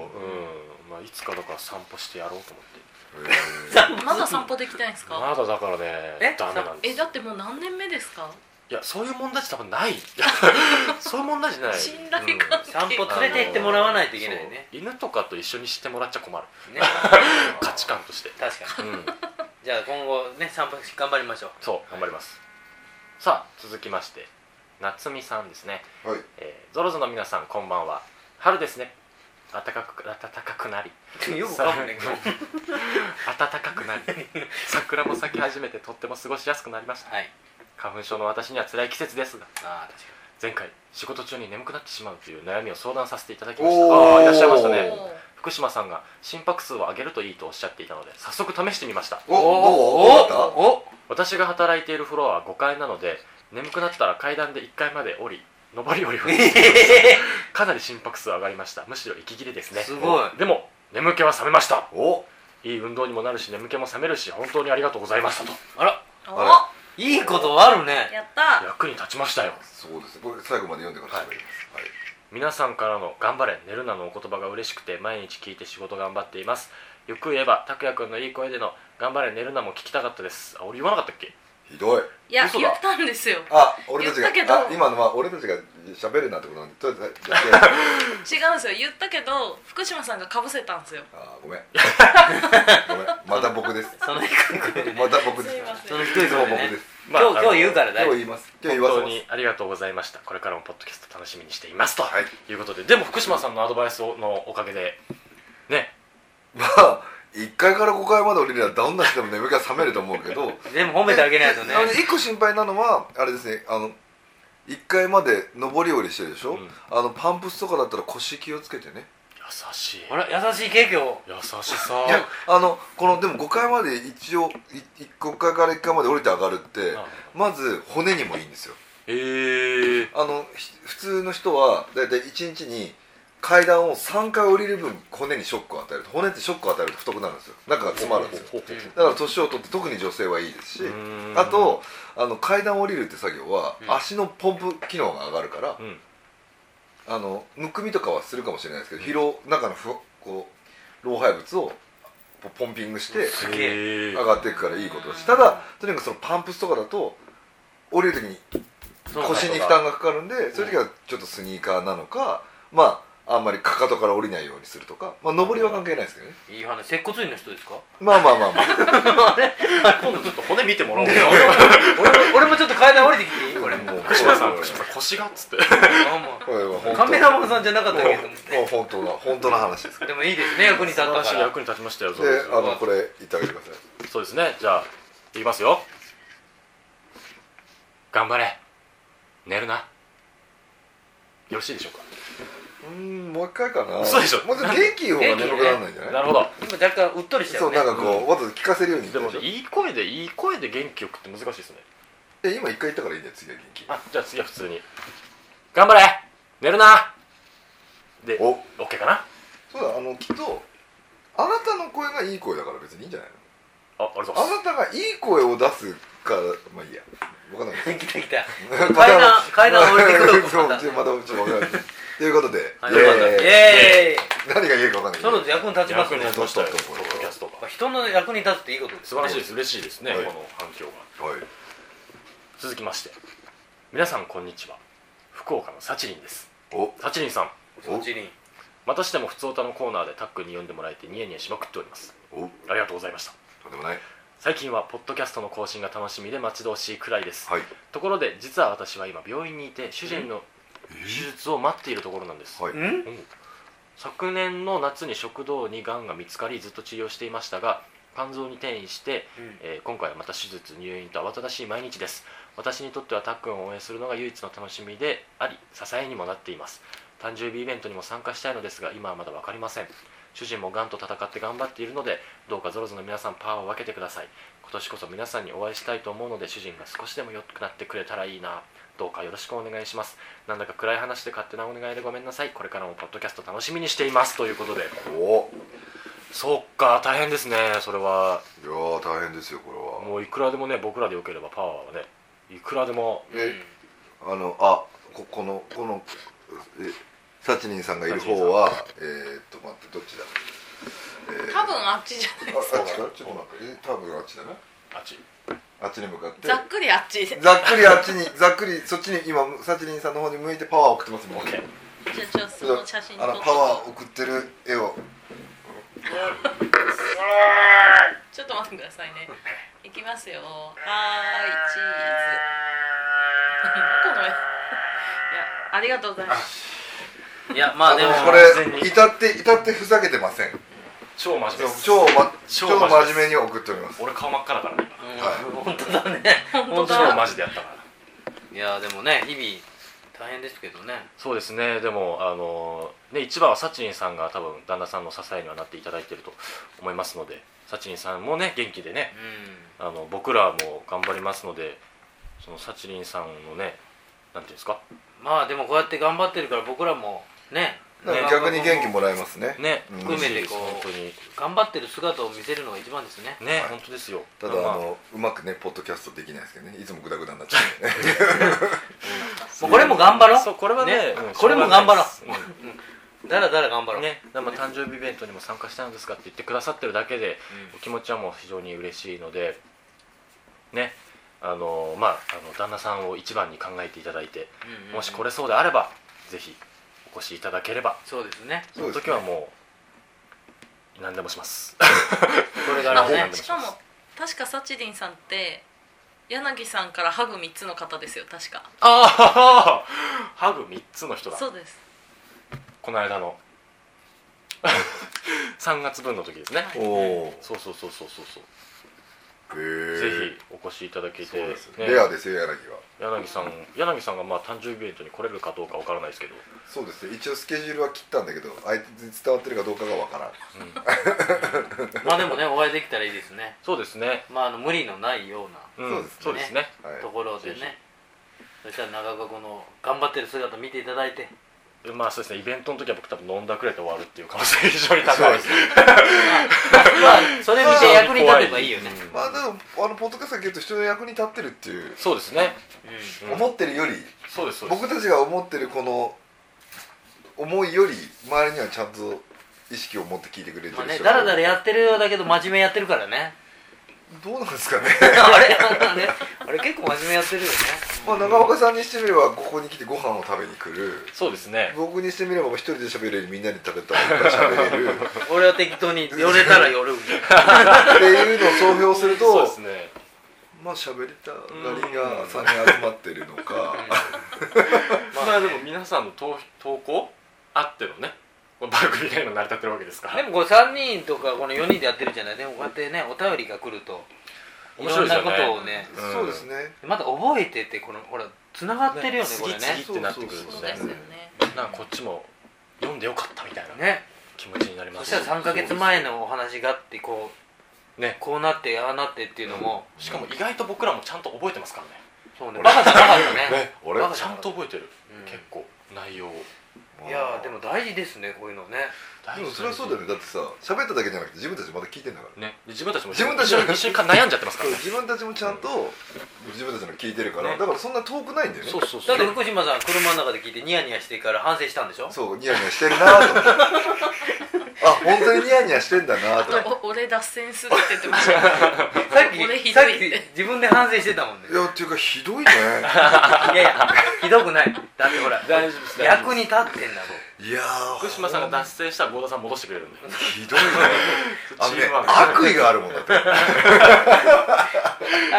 Speaker 2: まあ、いつかだから散歩してやろうと思って
Speaker 6: まだ散歩できないんですか
Speaker 2: まだだからね
Speaker 3: え
Speaker 2: ダメなんで
Speaker 6: え
Speaker 2: す
Speaker 6: だってもう何年目ですか
Speaker 2: いやそういう問題じゃ多分 ないそういう問題じゃない
Speaker 6: 信頼関係
Speaker 3: 散歩
Speaker 2: うん
Speaker 3: 連れて行ってもらわないといけないね
Speaker 2: そう犬とかと一緒に知ってもらっちゃ困る
Speaker 3: ね
Speaker 2: 価値観と して
Speaker 3: 確か
Speaker 2: う
Speaker 3: に
Speaker 2: ん
Speaker 3: じゃあ今後ね散歩頑張りましょう
Speaker 2: そう頑張りますさあ続きまして夏美さんですね、
Speaker 5: はい
Speaker 2: えーゾロゾの皆さんこんばんは春ですね暖かく暖かくなり
Speaker 3: よく噛むね今日
Speaker 2: 暖かくな り桜も咲き始めてとっても過ごしやすくなりました
Speaker 3: はい
Speaker 2: 花粉症の私には辛い季節ですが
Speaker 3: ああ確
Speaker 2: 前回仕事中に眠くなってしまうという悩みを相談させていただきました
Speaker 5: おー
Speaker 2: ああーいらっしゃいましたね
Speaker 6: おー
Speaker 2: 福島さんが心拍数を上げるといいとおっしゃっていたので早速試してみました
Speaker 5: お
Speaker 3: お
Speaker 5: どうどうだっ
Speaker 3: お
Speaker 2: 私が働いているフロアは5階なので眠くなったら階段で1階まで降り上り下りをかなり心拍数上がりましたむしろ息切れですね
Speaker 3: すごい
Speaker 2: でも眠気は覚めました
Speaker 5: たお
Speaker 2: いい運動にもなるし眠気も覚めるし本当にありがとうございましたと
Speaker 3: あら
Speaker 5: あ
Speaker 6: お
Speaker 3: いいことあるね
Speaker 6: やった
Speaker 2: 役に立ちましたよ
Speaker 5: そうですこれ最後まで読んでから喋りますはい
Speaker 2: 皆さんからの「頑張れ寝るな」のお言葉が嬉しくて毎日聞いて仕事頑張っていますよく言えば拓也くんのいい声での「頑張れ寝るな」も聞きたかったですあ俺言わなかったっけ
Speaker 5: ひどい
Speaker 6: いや
Speaker 2: 嘘
Speaker 6: 言
Speaker 2: だ
Speaker 6: ったんですよ
Speaker 5: あ俺たちが
Speaker 6: 言ったけど
Speaker 5: あ今のは俺たちが喋るなってことなんでとりあえずやって
Speaker 6: 違うんですよ言ったけど福島さんがかぶせたんですよ
Speaker 5: あーごめんごめんまた僕です
Speaker 3: その一個でね
Speaker 5: また僕です
Speaker 6: すい
Speaker 5: い
Speaker 6: ません
Speaker 3: その一人
Speaker 5: つ
Speaker 3: で
Speaker 5: も僕
Speaker 3: ね
Speaker 5: です
Speaker 2: まあ
Speaker 3: 今日
Speaker 2: あの
Speaker 3: 今日言うから大
Speaker 5: 今
Speaker 3: 丈
Speaker 5: 日
Speaker 3: 夫
Speaker 5: 言います今日
Speaker 2: 本
Speaker 5: 言わせ
Speaker 2: 当
Speaker 5: ます
Speaker 2: にありがとうございましたこれからもポッドキャスト楽しみにしていますと、
Speaker 5: はい
Speaker 2: い、うことででも福島さんのアドバイスのおかげでね
Speaker 5: まあ1階から5階まで降りればどんな人でも眠気が覚めると思うけど
Speaker 3: 全部褒めてあげないとね
Speaker 5: あの一個心配なのはあれですねあの1階まで上り下りしてるでしょ、
Speaker 2: うん
Speaker 5: あのパンプスとかだったら腰気をつけてね
Speaker 2: 優しい
Speaker 3: あら優しいケーキを
Speaker 2: 優しさ
Speaker 5: いやあのこのでも5階まで一応いい5階から1階まで降りて上がるって
Speaker 2: あ
Speaker 5: まず骨にもいいんですよ
Speaker 2: えー、
Speaker 5: あのひ普通の人はだいたい1日に階段を3回降りる分骨にショックを与えると骨ってショックを与えると太くなるんですよ中が詰まるんですよ
Speaker 2: ほうほうほう
Speaker 5: だから年を取って特に女性はいいですし
Speaker 2: うーん
Speaker 5: あとあの階段を降りるって作業は
Speaker 3: うん
Speaker 5: 足のポンプ機能が上がるから、
Speaker 2: うん
Speaker 5: あのむくみとかはするかもしれないですけど疲労中のふこう老廃物をポポンピングして
Speaker 3: すげえ
Speaker 2: え
Speaker 5: 上がっていくからいいことだし、ただとにかくそのパンプスとかだと降りる時に腰に負担がかかるんでそういう時はちょっとスニーカーなのかまああんまりかかとから降りないようにするとか、まあ、上りは関係ないですけどね
Speaker 3: いい話接骨院の人ですか
Speaker 5: まあまあまあまあ
Speaker 2: 今度ちょっと骨見てもらおう
Speaker 3: 俺も俺もちょっと階段降りてきていいこれもう
Speaker 5: もう
Speaker 2: 福島さん
Speaker 5: こ
Speaker 2: 福島さん腰がっつって
Speaker 3: あも
Speaker 5: れは
Speaker 3: う
Speaker 5: 本当
Speaker 3: カメラマンさんじゃなかったけど
Speaker 5: もう本当だ本当の話です
Speaker 3: でもいいですね役に立った
Speaker 2: 私
Speaker 3: から
Speaker 2: 役に立ちましたよ
Speaker 5: であのこれ言ってあげてください
Speaker 2: そうですねじゃあいきますよ頑張れ寝るなよろしいでしょうか
Speaker 5: うーんもう一回かな
Speaker 2: 嘘でしょ
Speaker 5: もうちょっと元気いい方が眠くならないんじゃない、
Speaker 2: なるほど
Speaker 3: 今若干うっとりしちゃ
Speaker 5: そうう
Speaker 3: ね
Speaker 5: なんかこう、わざと聞かせるように
Speaker 2: でも
Speaker 5: 言ってる
Speaker 2: いい声でいい声で元気よくって難しいですね
Speaker 5: でしょえ今一回言ったからいいんだよ次は元気
Speaker 2: あじゃあ次は普通に頑張れ寝るなで
Speaker 5: お
Speaker 2: OK かな
Speaker 5: そうだあのきっとあなたの声がいい声だから別にいいんじゃないの
Speaker 2: あありがとうござい
Speaker 5: あなたがいい声を出すからまあいいやわかんない
Speaker 3: 来た来た
Speaker 5: 階
Speaker 3: 階段階段降りてくる
Speaker 5: そう
Speaker 3: また
Speaker 5: ちょっとまたちょっと わかんないということで、
Speaker 3: はい
Speaker 5: イエ
Speaker 3: よかった
Speaker 5: ーイ
Speaker 3: イエーイ
Speaker 5: 何が言えるかわかんない
Speaker 3: そろそろ役に立ちま
Speaker 2: ますす役に
Speaker 3: ね
Speaker 2: 立ちましたよポッドキャストが
Speaker 3: 人の役に立つっていいことです
Speaker 2: 素晴らしいです嬉しいですね、
Speaker 5: はい
Speaker 2: この反響が
Speaker 5: はい
Speaker 2: 続きまして皆さんこんにちは福岡のサチリンです
Speaker 5: お
Speaker 2: サチリンさん
Speaker 5: お
Speaker 3: そっちに
Speaker 2: またしても普通歌のコーナーでタックに読んでもらえてニヤニヤしまくっております
Speaker 5: お
Speaker 2: ありがとうございました
Speaker 5: とんでもない
Speaker 2: 最近はポッドキャストの更新が楽しみで待ち遠しいくらいです、
Speaker 5: はい
Speaker 2: ところで実は私は今病院にいて主人の手術を待っているところなんです、
Speaker 5: はい
Speaker 3: ん
Speaker 2: うん昨年の夏に食道にがんが見つかりずっと治療していましたが肝臓に転移して、
Speaker 3: うん
Speaker 2: えー今回はまた手術入院と慌ただしい毎日です私にとってはたっくんを応援するのが唯一の楽しみであり支えにもなっています誕生日イベントにも参加したいのですが今はまだ分かりません主人もがんと戦って頑張っているのでどうかゾロゾの皆さんパワーを分けてください今年こそ皆さんにお会いしたいと思うので主人が少しでも良くなってくれたらいいなどうかよろしくお願いしますなんだか暗い話で勝手なお願いでごめんなさいこれからもポッドキャスト楽しみにしていますということで
Speaker 5: お
Speaker 2: そっか大変ですねそれはい
Speaker 5: やー大変ですよこれは
Speaker 2: もういくらでもね僕らでよければパワーはねいくらでも
Speaker 5: えあのあここのこのえサチニンさんがいる方はえー、っと待ってどっちだ
Speaker 4: 多分あっちじゃない
Speaker 5: ああっちかちょっと待ってえ多分あっちだな
Speaker 2: あっち
Speaker 5: あっちに向かって
Speaker 4: ざっくりあっちで
Speaker 5: ざっくりあっちにざっくりそっちに今サチリンさんの方に向いてパワーを送ってますもんね
Speaker 4: じゃあちょっとその写真撮
Speaker 5: あ
Speaker 4: っ
Speaker 5: の
Speaker 4: と
Speaker 5: パワーを送ってる絵を
Speaker 4: ちょっと待ってくださいねいきますよはーいチ ーズこの絵いやありがとうございます
Speaker 3: いやまあでも
Speaker 5: これ至って至ってふざけてません
Speaker 2: 超マジです
Speaker 5: 超,、ま、
Speaker 2: 超真
Speaker 5: 超
Speaker 2: 面目です
Speaker 5: 真面目に送っております
Speaker 2: 俺顔真っ赤だからね
Speaker 3: うん
Speaker 5: はい
Speaker 3: 本当だね
Speaker 2: 今
Speaker 4: 本当
Speaker 2: 超
Speaker 4: だ
Speaker 2: マジでやったから
Speaker 3: いやでもね日々大変ですけどね
Speaker 2: そうですねでもあのね一番はサチンさんが多分旦那さんの支えにはなっていただいてると思いますのでサチンさんもね元気でね
Speaker 3: う
Speaker 2: あの僕らも頑張りますのでそのサチリンさんのねなんていうんですか
Speaker 3: んまあでもこうやって頑張ってるから僕らもね
Speaker 5: だから逆に元気もらえますね
Speaker 2: ね
Speaker 5: うん
Speaker 2: 嬉しいです
Speaker 3: 含めて
Speaker 2: 本
Speaker 3: こう
Speaker 2: 当に
Speaker 3: 頑張ってる姿を見せるのが一番ですね
Speaker 2: ね、
Speaker 5: はい
Speaker 2: 本当ですよ
Speaker 5: ただあ
Speaker 2: ま
Speaker 5: のうまくねポッドキャストできないですけどねいつもグダグダになっちゃうんでね
Speaker 3: もうこれも頑張ろ
Speaker 2: そうこれはねうん
Speaker 3: これも頑張ろ
Speaker 2: しょうがないです
Speaker 3: うだらだら頑張
Speaker 2: う
Speaker 3: ろ
Speaker 2: ん
Speaker 3: う、
Speaker 2: ねまあ誕生日イベントにも参加したんですかって言ってくださってるだけで
Speaker 3: うん
Speaker 2: お気持ちはもう非常に嬉しいのでねあのまああの旦那さんを一番に考えていただいて
Speaker 3: うんうんうん
Speaker 2: もしこれそうであればぜひお越しいただければ
Speaker 3: そうですね
Speaker 2: その時はもう何でもします
Speaker 3: これか
Speaker 2: な
Speaker 3: ら
Speaker 2: るほど
Speaker 3: ね
Speaker 4: あしかも確かサチリンさんって柳さんからハグ3つの方ですよ確か
Speaker 2: ああハグ3つの人だ
Speaker 4: そうです
Speaker 2: この間の 3月分の時ですね
Speaker 5: おお
Speaker 2: そうそうそうそうそうそう、
Speaker 5: ー
Speaker 2: ぜひお越しいただけて
Speaker 5: そうですね
Speaker 2: ね
Speaker 5: レアですよ柳は
Speaker 2: 柳さん柳さんがまあ誕生日イベントに来れるかどうかわからないですけど、
Speaker 5: そうですね一応スケジュールは切ったんだけど相手に伝わってるかどうかがわからん
Speaker 2: うん、
Speaker 3: まあでもねお会いできたらいいですね
Speaker 2: そうですね、
Speaker 3: まああの無理のないような
Speaker 2: うん、
Speaker 5: そうですね
Speaker 2: そうですね
Speaker 5: はい
Speaker 3: ところでね、そしたら長岡この頑張ってる姿見ていただい て
Speaker 2: まあそうですねイベントの時は僕多分飲んだくれて終わるっていう可能性が非常に高いです
Speaker 3: まあそれ見て役に立てばいいよね、
Speaker 5: まあでもあのポッドキャストが結構人の役に立ってるっていう、
Speaker 2: そうですね
Speaker 3: う
Speaker 2: うん
Speaker 5: 思ってるより
Speaker 2: そうですそうです
Speaker 5: 僕たちが思ってるこの思いより周りにはちゃんと意識を持って聞いてくれてる
Speaker 3: ん、ま
Speaker 5: 人
Speaker 3: あ
Speaker 5: が
Speaker 3: ねだらだらやってるようだけど真面目やってるからね
Speaker 5: どうなんですかね
Speaker 3: あれ あれあれ結構真面目やってるよね
Speaker 5: まあ長岡さんにしてみればここに来てご飯を食べに来る
Speaker 2: そうですね
Speaker 5: 僕にしてみれば一人で喋れるよりみんなで食べた方が喋れるっ
Speaker 3: 俺は適当 に寄れたら寄るみたいな
Speaker 5: ていうのを総評する
Speaker 2: そう
Speaker 5: と
Speaker 2: ですね
Speaker 5: まあ喋りたがりが3人集まってるのか
Speaker 2: まあ、でも皆さんの投投稿あってのねこの番組内の成り立ってるわけですから
Speaker 3: でもこれ3人とかこの4人でやってるじゃないでもこうやってねお便りが来るとい
Speaker 2: 面白
Speaker 3: ろん
Speaker 2: いですよ
Speaker 3: な
Speaker 2: ね
Speaker 3: ことをね
Speaker 5: うんそうですね
Speaker 3: また覚えててこのほらつながってるよね
Speaker 2: ね
Speaker 3: これね
Speaker 2: 次々ってなってくるんで
Speaker 5: そう
Speaker 2: す
Speaker 4: そうで
Speaker 2: ね
Speaker 4: すよね
Speaker 2: なんかこっちも読んでよかったみたいな
Speaker 3: ね
Speaker 2: 気持ちになりま
Speaker 3: そし
Speaker 2: す
Speaker 3: たら3か月前のお話があってこう
Speaker 2: ね
Speaker 3: こうなってああなってっていうのも
Speaker 2: しかも意外と僕らもちゃんと覚えてますからね
Speaker 3: そうねバカじゃなかったね
Speaker 5: 俺
Speaker 3: バカ
Speaker 2: ち
Speaker 3: じ
Speaker 2: ゃ
Speaker 3: なんか
Speaker 2: と
Speaker 3: った
Speaker 2: 覚えてる、
Speaker 3: うん
Speaker 2: 結構内容を
Speaker 3: いやーでも大事ですねこういうのね
Speaker 5: でもそれはそうだよねだってさ喋っただけじゃなくて自分たちまだ聞いてんだから
Speaker 2: ねで自分たちも
Speaker 5: 自分たち
Speaker 2: 一
Speaker 5: も
Speaker 2: 緒に一緒に悩んじゃってますか
Speaker 5: そう
Speaker 2: らね
Speaker 5: 自分たちもちゃんと自分たちの聞いてるから、
Speaker 2: ね
Speaker 5: だからそんな遠くないんだよね
Speaker 2: そうそう
Speaker 3: だ
Speaker 2: そ
Speaker 3: っ
Speaker 2: う
Speaker 3: て福島さん車の中で聞いてニヤニヤしてから反省したんでしょ
Speaker 5: そうニヤニヤしてるなと思ってあ本当にニヤニヤしてんだな
Speaker 4: あ
Speaker 5: と思って
Speaker 4: とお俺脱線するって言ってました
Speaker 3: さっ
Speaker 4: 俺ひ
Speaker 3: き
Speaker 4: ど
Speaker 3: さっ
Speaker 4: いって
Speaker 3: き自分で反省してたもんね
Speaker 5: いやっていうかひどいね
Speaker 3: いやいやひどくないだってほら
Speaker 2: 大丈夫です
Speaker 3: 役に立ってんだ
Speaker 5: いやー
Speaker 2: 福島さんが脱線したら郷田さん戻してくれるんだよ
Speaker 5: ひどいねあのね
Speaker 2: チームワーク
Speaker 5: 悪意があるもんだって
Speaker 2: あ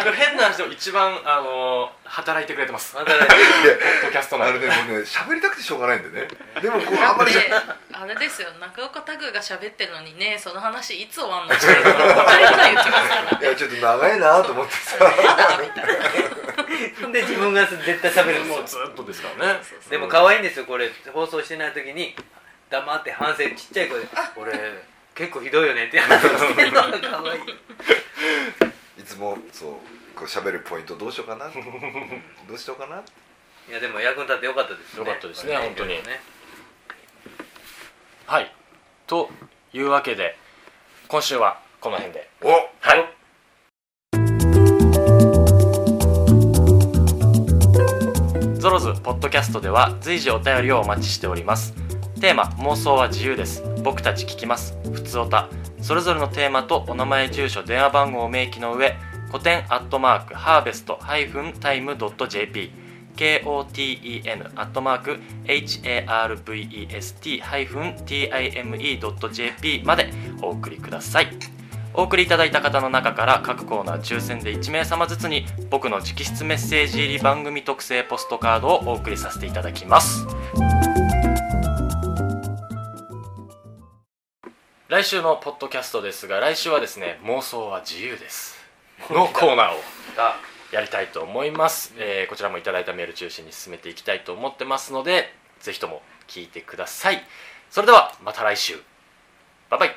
Speaker 2: これ変な話でも一番あのー働いてくれてますポッ
Speaker 3: 働いてる
Speaker 2: ドキャスト
Speaker 5: あ
Speaker 2: な
Speaker 5: れ
Speaker 2: ん
Speaker 5: ね
Speaker 2: で
Speaker 5: もうね喋りたくてしょうがないんでねでもこうあんまり
Speaker 4: であれですよ中岡拓が喋ってるのにねその話いつ終わんのって言ったら答えが言ってますから
Speaker 5: いやちょっと長いなと思ってさ
Speaker 4: やだみたいな
Speaker 3: で自分が絶対喋るんです
Speaker 2: も
Speaker 3: よ
Speaker 2: うずっとですからね
Speaker 4: そうそう
Speaker 3: でも可愛いんですよこれ放送してない時に黙って反省ちっちゃい声で「俺結構ひどいよね」 って話してるのが可愛い
Speaker 5: いつもそうこう喋るポイントどうしようかなどうしようかない
Speaker 3: やでも役に立ってよかったですね
Speaker 2: よかったですね本当に
Speaker 3: ね
Speaker 2: はいというわけで今週はこの辺で
Speaker 5: おは
Speaker 2: はいゾロズポッドキャストでは随時お便りをお待ちしておりますテーマ妄想は自由です僕たち聞きますふつおたそれぞれのテーマとお名前住所電話番号を明記の上古典アットマークハーベストハイフンタイムドット JP KOTEN アットマーク HARVEST ハイフン TIME ドット JP までお送りくださいお送りいただいた方の中から各コーナー抽選で1名様ずつに僕の直筆メッセージ入り番組特製ポストカードをお送りさせていただきます来週のポッドキャストですが来週はですね妄想は自由ですのコーナーを
Speaker 3: あ
Speaker 2: やりたいと思います、えーこちらもいただいたメール中心に進めていきたいと思ってますのでぜひとも聞いてくださいそれではまた来週バイバイ